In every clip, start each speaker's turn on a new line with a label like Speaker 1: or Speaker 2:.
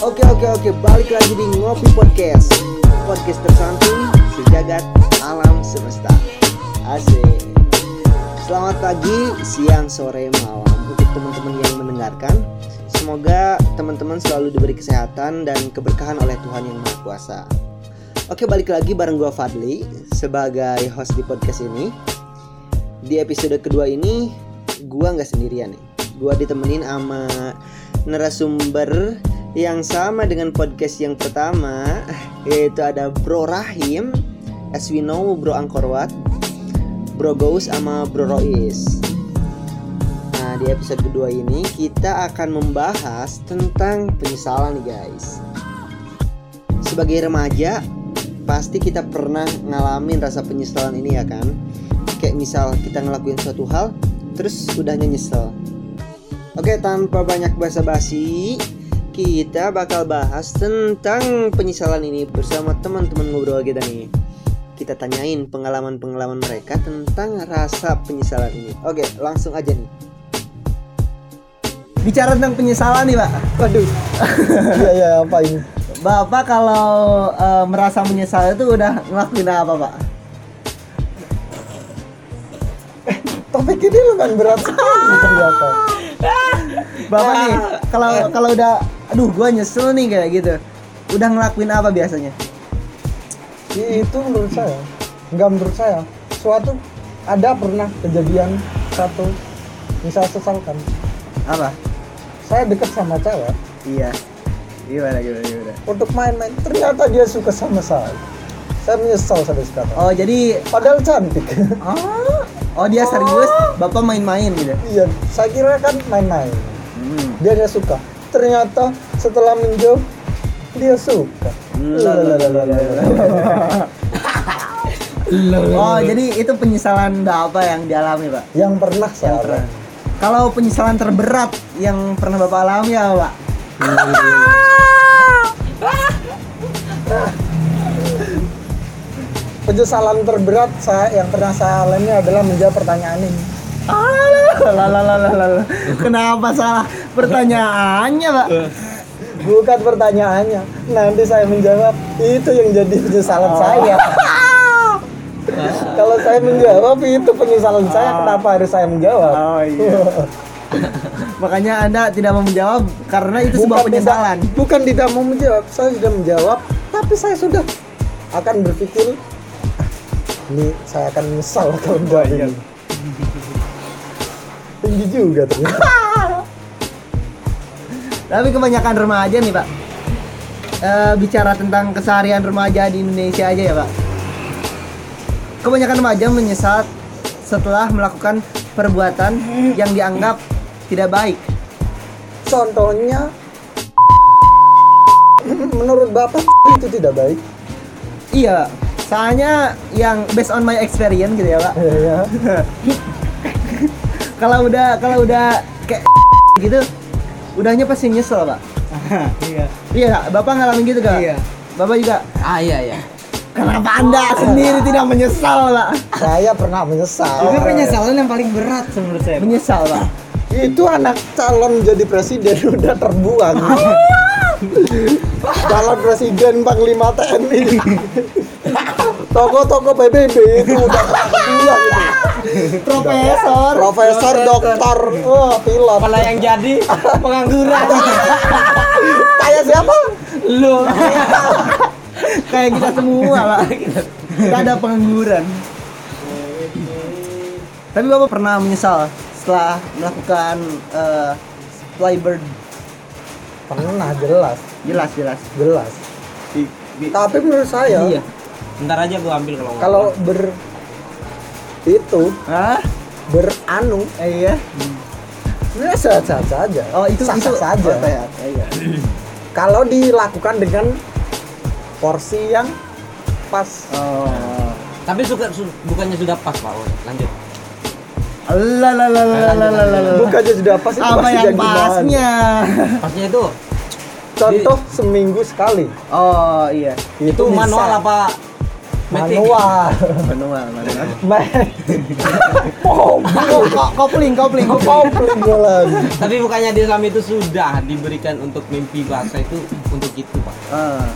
Speaker 1: Oke oke, balik lagi di Ngopi Podcast Podcast tersantuy, sejagat, alam semesta Asik Selamat pagi, siang, sore, malam Untuk teman-teman yang mendengarkan Semoga teman-teman selalu diberi kesehatan dan keberkahan oleh Tuhan Yang Maha Kuasa Oke, balik lagi bareng gua Fadli Sebagai host di podcast ini Di episode kedua ini, gua nggak sendirian nih Gua ditemenin sama narasumber yang sama dengan podcast yang pertama yaitu ada Bro Rahim, as we know Bro Angkorwat, Bro Gous sama Bro Rois. Nah, di episode kedua ini kita akan membahas tentang penyesalan nih guys. Sebagai remaja, pasti kita pernah ngalamin rasa penyesalan ini ya kan? Kayak misal kita ngelakuin suatu hal, terus udahnya nyesel. Oke, tanpa banyak basa-basi, kita bakal bahas tentang penyesalan ini bersama teman-teman ngobrol kita nih. Kita tanyain pengalaman-pengalaman mereka tentang rasa penyesalan ini. Oke, langsung aja nih. Bicara tentang penyesalan nih, Pak. Waduh.
Speaker 2: Iya iya apa ini?
Speaker 1: Bapak kalau eh, merasa menyesal itu udah ngelakuin apa, Pak?
Speaker 2: Topik ini lumayan berat sekali ternyata.
Speaker 1: Bapak nih, kalau kalau udah aduh gua nyesel nih kayak gitu. Udah ngelakuin apa biasanya?
Speaker 2: I- Itu menurut saya, nggak menurut saya. Suatu ada pernah kejadian satu misal sesalkan.
Speaker 1: Apa?
Speaker 2: Saya deket sama cewek
Speaker 1: Iya. Gimana gimana gimana.
Speaker 2: untuk main-main. Ternyata dia suka sama saya. Saya menyesal sampai sekarang.
Speaker 1: Oh, jadi
Speaker 2: Padahal cantik.
Speaker 1: Oh, oh dia serius, bapak main-main gitu.
Speaker 2: Iya, saya kira kan main-main. Dia dia suka. Ternyata setelah menjauh dia suka.
Speaker 1: Hmm, Oh, jadi itu penyesalan apa yang dialami, Pak?
Speaker 2: Yang pernah
Speaker 1: Yang
Speaker 2: saya
Speaker 1: pernah. Kalau penyesalan terberat yang pernah Bapak alami apa, Pak?
Speaker 2: penyesalan terberat saya yang pernah saya alami adalah menjawab pertanyaan ini
Speaker 1: Lalalalalalala. Kenapa salah pertanyaannya, Pak?
Speaker 2: bukan pertanyaannya nanti saya menjawab itu yang jadi penyesalan
Speaker 1: Oh.
Speaker 2: saya kalau saya menjawab itu penyesalan saya kenapa harus saya menjawab
Speaker 1: Oh iya. Makanya Anda tidak mau menjawab karena itu sebuah penyesalan.
Speaker 2: tidak, bukan tidak mau menjawab saya sudah menjawab tapi saya sudah akan berpikir "Ah, ini saya akan menyesal kalau menjawab ini tinggi juga ternyata
Speaker 1: Tapi kebanyakan remaja nih, Pak. Eh, bicara tentang keseharian remaja di Indonesia aja ya, Pak. Kebanyakan remaja menyesal setelah melakukan perbuatan yang dianggap tidak baik.
Speaker 2: Contohnya menurut Bapak itu tidak baik.
Speaker 1: Iya, Pak. soalnya yang based on my experience gitu ya, Pak.
Speaker 2: Ya.
Speaker 1: Kalau udah kalau udah kayak gitu, udahnya pasti nyesel, Pak.
Speaker 3: iya
Speaker 1: Iya, Kak. Bapak ngalamin gitu, Kak?
Speaker 3: Iya.
Speaker 1: Bapak juga.
Speaker 3: ah iya iya
Speaker 1: Kenapa Anda sendiri tidak menyesal, Pak?
Speaker 2: Saya pernah menyesal.
Speaker 4: Iya,
Speaker 3: itu penyesalan yang paling berat sih menurut saya
Speaker 1: Menyesal, Pak.
Speaker 2: Itu anak calon jadi presiden udah terbuang. calon presiden panglima TNI. Toko-toko PBB itu udah terbuang. itu.
Speaker 1: Profesor.
Speaker 2: Profesor, dokter, oh, pilot.
Speaker 3: malah yang jadi pengangguran
Speaker 2: Kayak siapa?
Speaker 3: lu
Speaker 1: kayak kita semua lah kita ada pengangguran tapi bapak pernah menyesal setelah melakukan eh, flybird
Speaker 2: Pernah jelas,
Speaker 1: jelas jelas
Speaker 2: jelas. Tapi menurut saya
Speaker 1: iya
Speaker 3: ntar aja gua ambil kalau nggak.
Speaker 2: kalau ber itu
Speaker 1: Hah?
Speaker 2: beranu
Speaker 1: Eh, iya
Speaker 2: ya sehat-sehat saja
Speaker 1: oh itu
Speaker 2: Sah-sah
Speaker 1: itu
Speaker 2: saja
Speaker 1: oh,
Speaker 4: ya?
Speaker 1: sehat. Eh, iya.
Speaker 2: kalau dilakukan dengan porsi yang pas
Speaker 1: oh
Speaker 3: tapi suka su- bukannya sudah pas pak Oke, lanjut
Speaker 1: lah lah lah lah lah lah lah.
Speaker 4: Eh,
Speaker 2: bukannya sudah pas itu
Speaker 1: apa
Speaker 2: pasti
Speaker 1: yang
Speaker 2: jadi bahan.
Speaker 1: pasnya
Speaker 3: pasnya itu
Speaker 2: contoh seminggu sekali
Speaker 1: oh iya
Speaker 3: itu,
Speaker 2: bisa.
Speaker 3: manual apa Metik.
Speaker 2: manual
Speaker 4: manual manual
Speaker 2: main
Speaker 4: kopling kopling
Speaker 2: kau peling gue lagi
Speaker 3: Tapi bukannya di Islam itu sudah diberikan untuk mimpi bahasa itu untuk itu pak?
Speaker 4: Ah.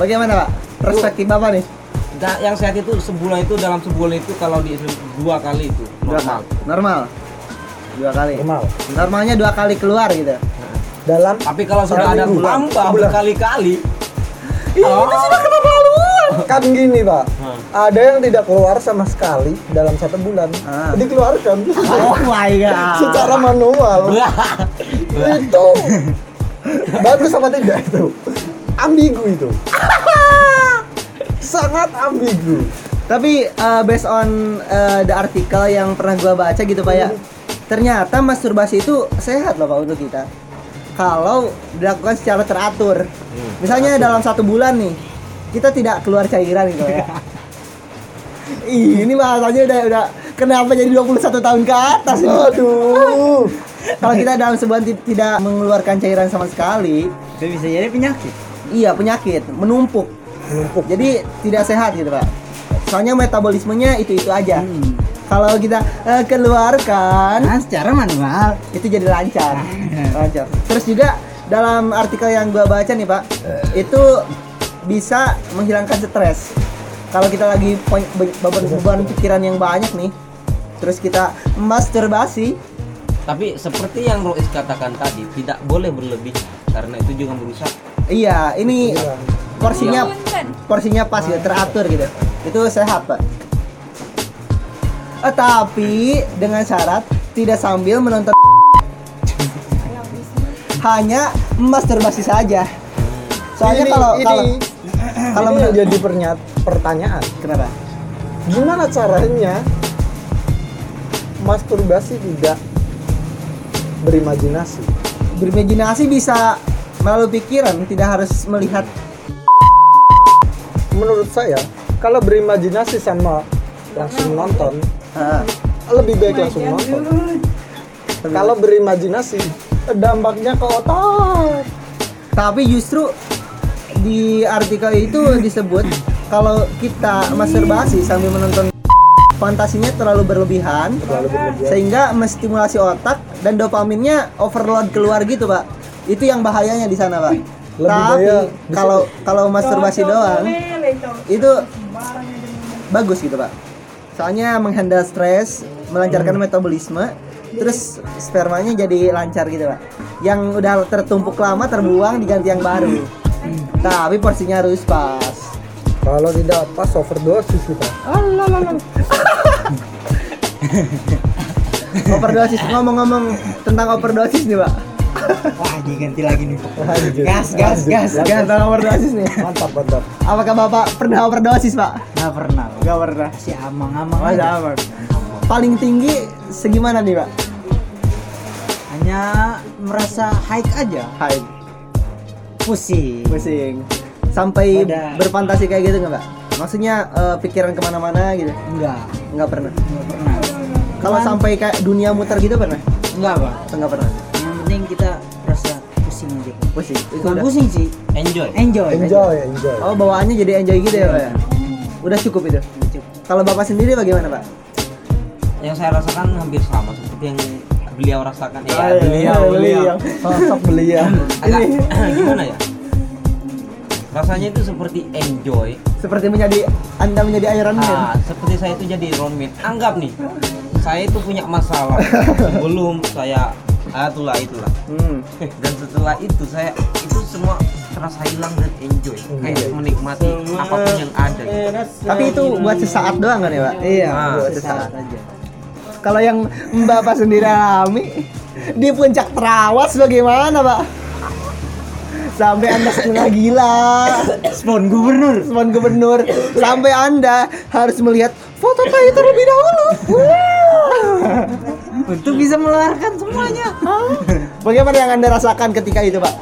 Speaker 4: bagaimana pak perspektif bapak nih
Speaker 3: Da- Nah, yang sehat itu sebulan itu dalam sebulan itu kalau di Islam dua kali itu
Speaker 4: dua
Speaker 3: normal.
Speaker 4: kali normal dua kali
Speaker 2: normal
Speaker 4: normalnya dua kali keluar gitu
Speaker 2: dalam
Speaker 3: Tapi kalau sudah
Speaker 2: Sekali
Speaker 3: ada
Speaker 2: bulan.
Speaker 3: tambah
Speaker 2: Sebulan.
Speaker 3: berkali-kali,
Speaker 2: itu sudah keterlaluan Ah, kan gini pak
Speaker 3: Hmm.
Speaker 2: ada yang tidak keluar sama sekali dalam satu bulan
Speaker 4: Ah.
Speaker 2: dikeluarkan
Speaker 4: oh my god
Speaker 2: secara manual itu bagus apa tidak itu ambigu itu sangat ambigu
Speaker 4: Tapi uh, based on uh, the artikel yang pernah gua baca gitu Pak ya. Ternyata masturbasi itu sehat loh Pak untuk kita. Kalau dilakukan secara teratur. Misalnya dalam satu bulan nih kita tidak keluar cairan gitu ya. Ih, ini bahasanya udah udah kenapa jadi 21 tahun ke atas nih?
Speaker 2: aduh
Speaker 4: Kalau kita dalam sebulan ti- tidak mengeluarkan cairan sama sekali,
Speaker 5: Itu bisa jadi penyakit.
Speaker 4: iya penyakit menumpuk.
Speaker 2: numpuk
Speaker 4: Jadi tidak sehat gitu Pak. Soalnya metabolismenya itu-itu aja.
Speaker 5: Hmm.
Speaker 4: kalau kita eh, keluarkan
Speaker 5: Nah, secara manual. Nah.
Speaker 4: itu jadi lancar lancar terus juga dalam artikel yang gua baca nih pak
Speaker 5: Eh.
Speaker 4: itu bisa menghilangkan stres kalau kita lagi po- be- beban-beban pikiran yang banyak nih terus kita masturbasi
Speaker 3: tapi seperti yang Rois katakan tadi tidak boleh berlebih karena itu juga merusak.
Speaker 4: iya ini
Speaker 2: Iya.
Speaker 4: porsinya
Speaker 6: Menguntungkan.
Speaker 4: porsinya pas gitu, teratur gitu itu sehat pak Eh, tapi dengan syarat tidak sambil menonton hanya masturbasi saja soalnya
Speaker 2: Ini-
Speaker 4: kalau
Speaker 2: ini-
Speaker 4: kalau
Speaker 2: kalau ini
Speaker 4: kalau
Speaker 2: yang
Speaker 4: menurut
Speaker 2: jadi pernyat, pertanyaan
Speaker 4: kenapa
Speaker 2: gimana caranya masturbasi tidak berimajinasi
Speaker 4: berimajinasi bisa melalui pikiran tidak harus melihat
Speaker 2: menurut saya kalau berimajinasi sama langsung nonton
Speaker 4: Ah,
Speaker 2: lebih baik langsung nonton kalau berimajinasi dampaknya ke otak
Speaker 4: tapi justru di artikel itu disebut kalau kita masturbasi sambil menonton fantasinya terlalu berlebihan
Speaker 2: terlalu berlebihan
Speaker 4: sehingga menstimulasi otak dan dopaminnya overload keluar gitu pak itu yang bahayanya di sana pak
Speaker 2: Lebih
Speaker 4: tapi
Speaker 2: bahaya di
Speaker 4: kalau kalau masturbasi doang itu bagus gitu pak soalnya menghandle stres melancarkan
Speaker 5: Hmm.
Speaker 4: metabolisme terus spermanya jadi lancar gitu pak yang udah tertumpuk lama terbuang diganti yang baru tapi porsinya harus pas
Speaker 2: kalau tidak pas overdosis kita
Speaker 4: overdosis ngomong-ngomong tentang overdosis nih pak
Speaker 5: Wah, ini ganti lagi nih.
Speaker 2: Lanjut.
Speaker 5: Gas, gas, gas,
Speaker 4: Gak
Speaker 5: gas.
Speaker 4: tentang overdosis nih
Speaker 2: mantap mantap
Speaker 4: apakah bapak pernah overdosis pak
Speaker 5: Nggak pernah. Pak.
Speaker 4: Gak pernah.
Speaker 5: Si amang-amang.
Speaker 4: Oh,
Speaker 5: aja.
Speaker 4: sama. Paling tinggi segimana nih, Pak?
Speaker 5: Hanya merasa high aja.
Speaker 4: Hai,
Speaker 5: Pusing.
Speaker 4: pusing. Sampai
Speaker 5: Wadah.
Speaker 4: berfantasi kayak gitu nggak, Pak? Maksudnya eh, pikiran kemana-mana gitu?
Speaker 5: Enggak,
Speaker 4: Nggak pernah.
Speaker 5: enggak pernah.
Speaker 4: Kalau
Speaker 5: Cuman-
Speaker 4: sampai kayak dunia muter gitu pernah?
Speaker 5: Enggak, Pak.
Speaker 4: Atau nggak pernah?
Speaker 5: Yang penting kita rasa pusing aja.
Speaker 4: Pusing. Itu
Speaker 5: Bukan
Speaker 4: udah.
Speaker 5: pusing sih,
Speaker 3: Enjoy.
Speaker 5: enjoy.
Speaker 2: enjoy enjoy
Speaker 4: Oh, bawaannya jadi enjoy gitu ya, Pak? ya?
Speaker 5: Hmm.
Speaker 4: Udah cukup itu.
Speaker 5: Enjoy.
Speaker 4: Kalau Bapak sendiri bagaimana, Pak?
Speaker 3: Yang saya rasakan hampir sama seperti yang beliau rasakan. Ya,
Speaker 4: Oh, iya.
Speaker 3: beliau,
Speaker 4: Oh,
Speaker 3: beliau.
Speaker 4: beliau.
Speaker 2: sosok beliau
Speaker 3: Agak gimana ya? Rasanya itu seperti enjoy.
Speaker 4: Seperti menjadi Anda menjadi Iron
Speaker 5: Ah.
Speaker 4: Man.
Speaker 3: Nah, seperti saya itu jadi roommate. Anggap nih, saya itu punya masalah. Belum saya ah, itulah itulah.
Speaker 4: Hmm.
Speaker 3: dan setelah itu saya itu semua terasa hilang dan enjoy
Speaker 5: Iya.
Speaker 3: kayak menikmati apapun yang ada gitu.
Speaker 4: Tapi itu buat sesaat doang kan ya, Pak?
Speaker 5: Nah, gitu. Iya,
Speaker 3: Ah.
Speaker 5: buat sesaat aja.
Speaker 4: Kalau yang Bapak sendiri alami di puncak terawas bagaimana, Pak? Sampai Anda setengah gila,
Speaker 5: Spawn gubernur.
Speaker 4: respon gubernur, sampai Anda harus melihat foto saya terlebih dahulu. Wah.
Speaker 5: Untuk bisa meluarkan semuanya.
Speaker 4: Bagaimana yang Anda rasakan ketika itu, Pak?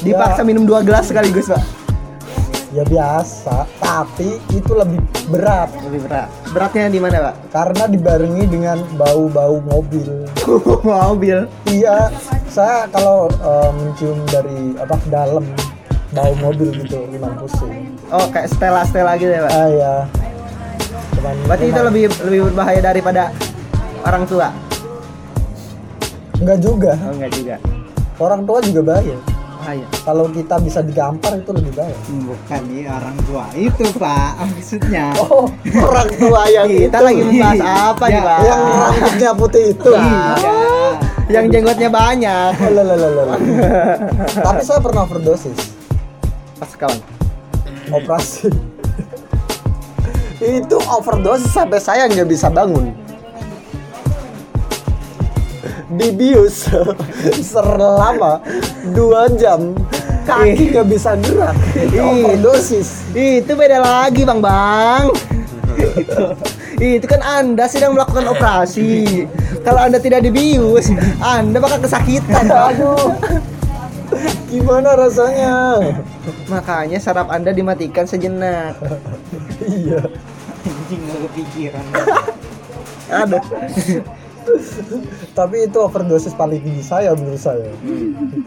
Speaker 4: Dipaksa minum dua gelas sekaligus, Pak.
Speaker 2: ya biasa tapi itu lebih berat
Speaker 4: Lebih berat. Beratnya di mana, Pak?
Speaker 2: karena dibarengi dengan bau-bau mobil
Speaker 4: Mobil.
Speaker 2: Iya, saya kalau eh, mencium dari apa dalam bau mobil gitu, memang pusing.
Speaker 4: oh kayak Stella Stella gitu ya pak
Speaker 2: ah ya cuman
Speaker 4: berarti itu
Speaker 2: cuman-
Speaker 4: lebih lebih berbahaya daripada orang tua
Speaker 2: enggak juga
Speaker 4: oh enggak juga
Speaker 2: orang tua juga bahaya
Speaker 4: bahaya
Speaker 2: kalau kita bisa digampar itu lebih bahaya
Speaker 5: Bukan nih orang tua itu pak maksudnya.
Speaker 2: oh
Speaker 1: orang tua yang
Speaker 4: kita
Speaker 1: itu.
Speaker 4: lagi membahas apa nih pak
Speaker 2: yang rambutnya putih itu
Speaker 4: Nah, yang jenggotnya banyak
Speaker 2: Oh, lah, lah, lah, lah, lah. tapi saya pernah overdosis
Speaker 4: pas kawan
Speaker 2: operasi
Speaker 1: itu overdosis sampai saya nggak bisa bangun dibius selama dua jam kaki nggak bisa gerak itu
Speaker 4: Ya
Speaker 1: overdosis
Speaker 4: Ih, itu beda lagi bang bang Ih, itu kan anda sedang melakukan operasi kalau anda tidak dibius anda bakal kesakitan aduh
Speaker 2: gimana rasanya
Speaker 4: makanya saraf anda dimatikan sejenak
Speaker 2: iya
Speaker 5: Anjing gak kepikiran.
Speaker 4: aduh
Speaker 2: tapi itu overdosis paling tinggi saya menurut saya
Speaker 5: Hmm.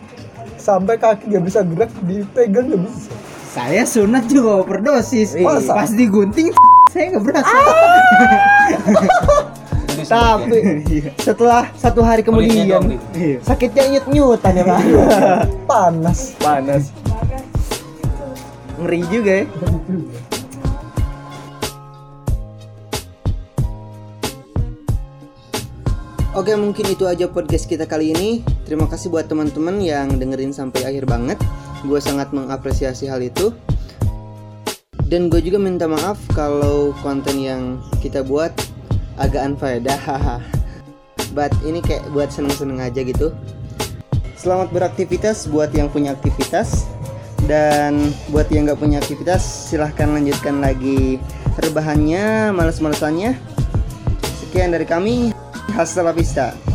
Speaker 2: sampai kaki nggak bisa gerak dipegang nggak bisa
Speaker 5: Saya sunat juga overdosis.
Speaker 4: Oh,
Speaker 2: Masa?
Speaker 5: Pas digunting saya nggak berasa.
Speaker 4: tapi setelah satu hari
Speaker 3: Kulitnya doang,
Speaker 4: kemudian
Speaker 5: Iya.
Speaker 4: sakitnya nyut nyutan ya pak
Speaker 2: panas
Speaker 4: panas ngeri juga ya
Speaker 1: Oke mungkin itu aja podcast kita kali ini Terima kasih buat teman-teman yang dengerin sampai akhir banget Gue sangat mengapresiasi hal itu Dan gue juga minta maaf kalau konten yang kita buat agak unfaedah But ini kayak buat seneng-seneng aja gitu Selamat beraktivitas buat yang punya aktivitas Dan buat yang nggak punya aktivitas silahkan lanjutkan lagi rebahannya, males-malesannya Sekian dari kami, hasta la vista.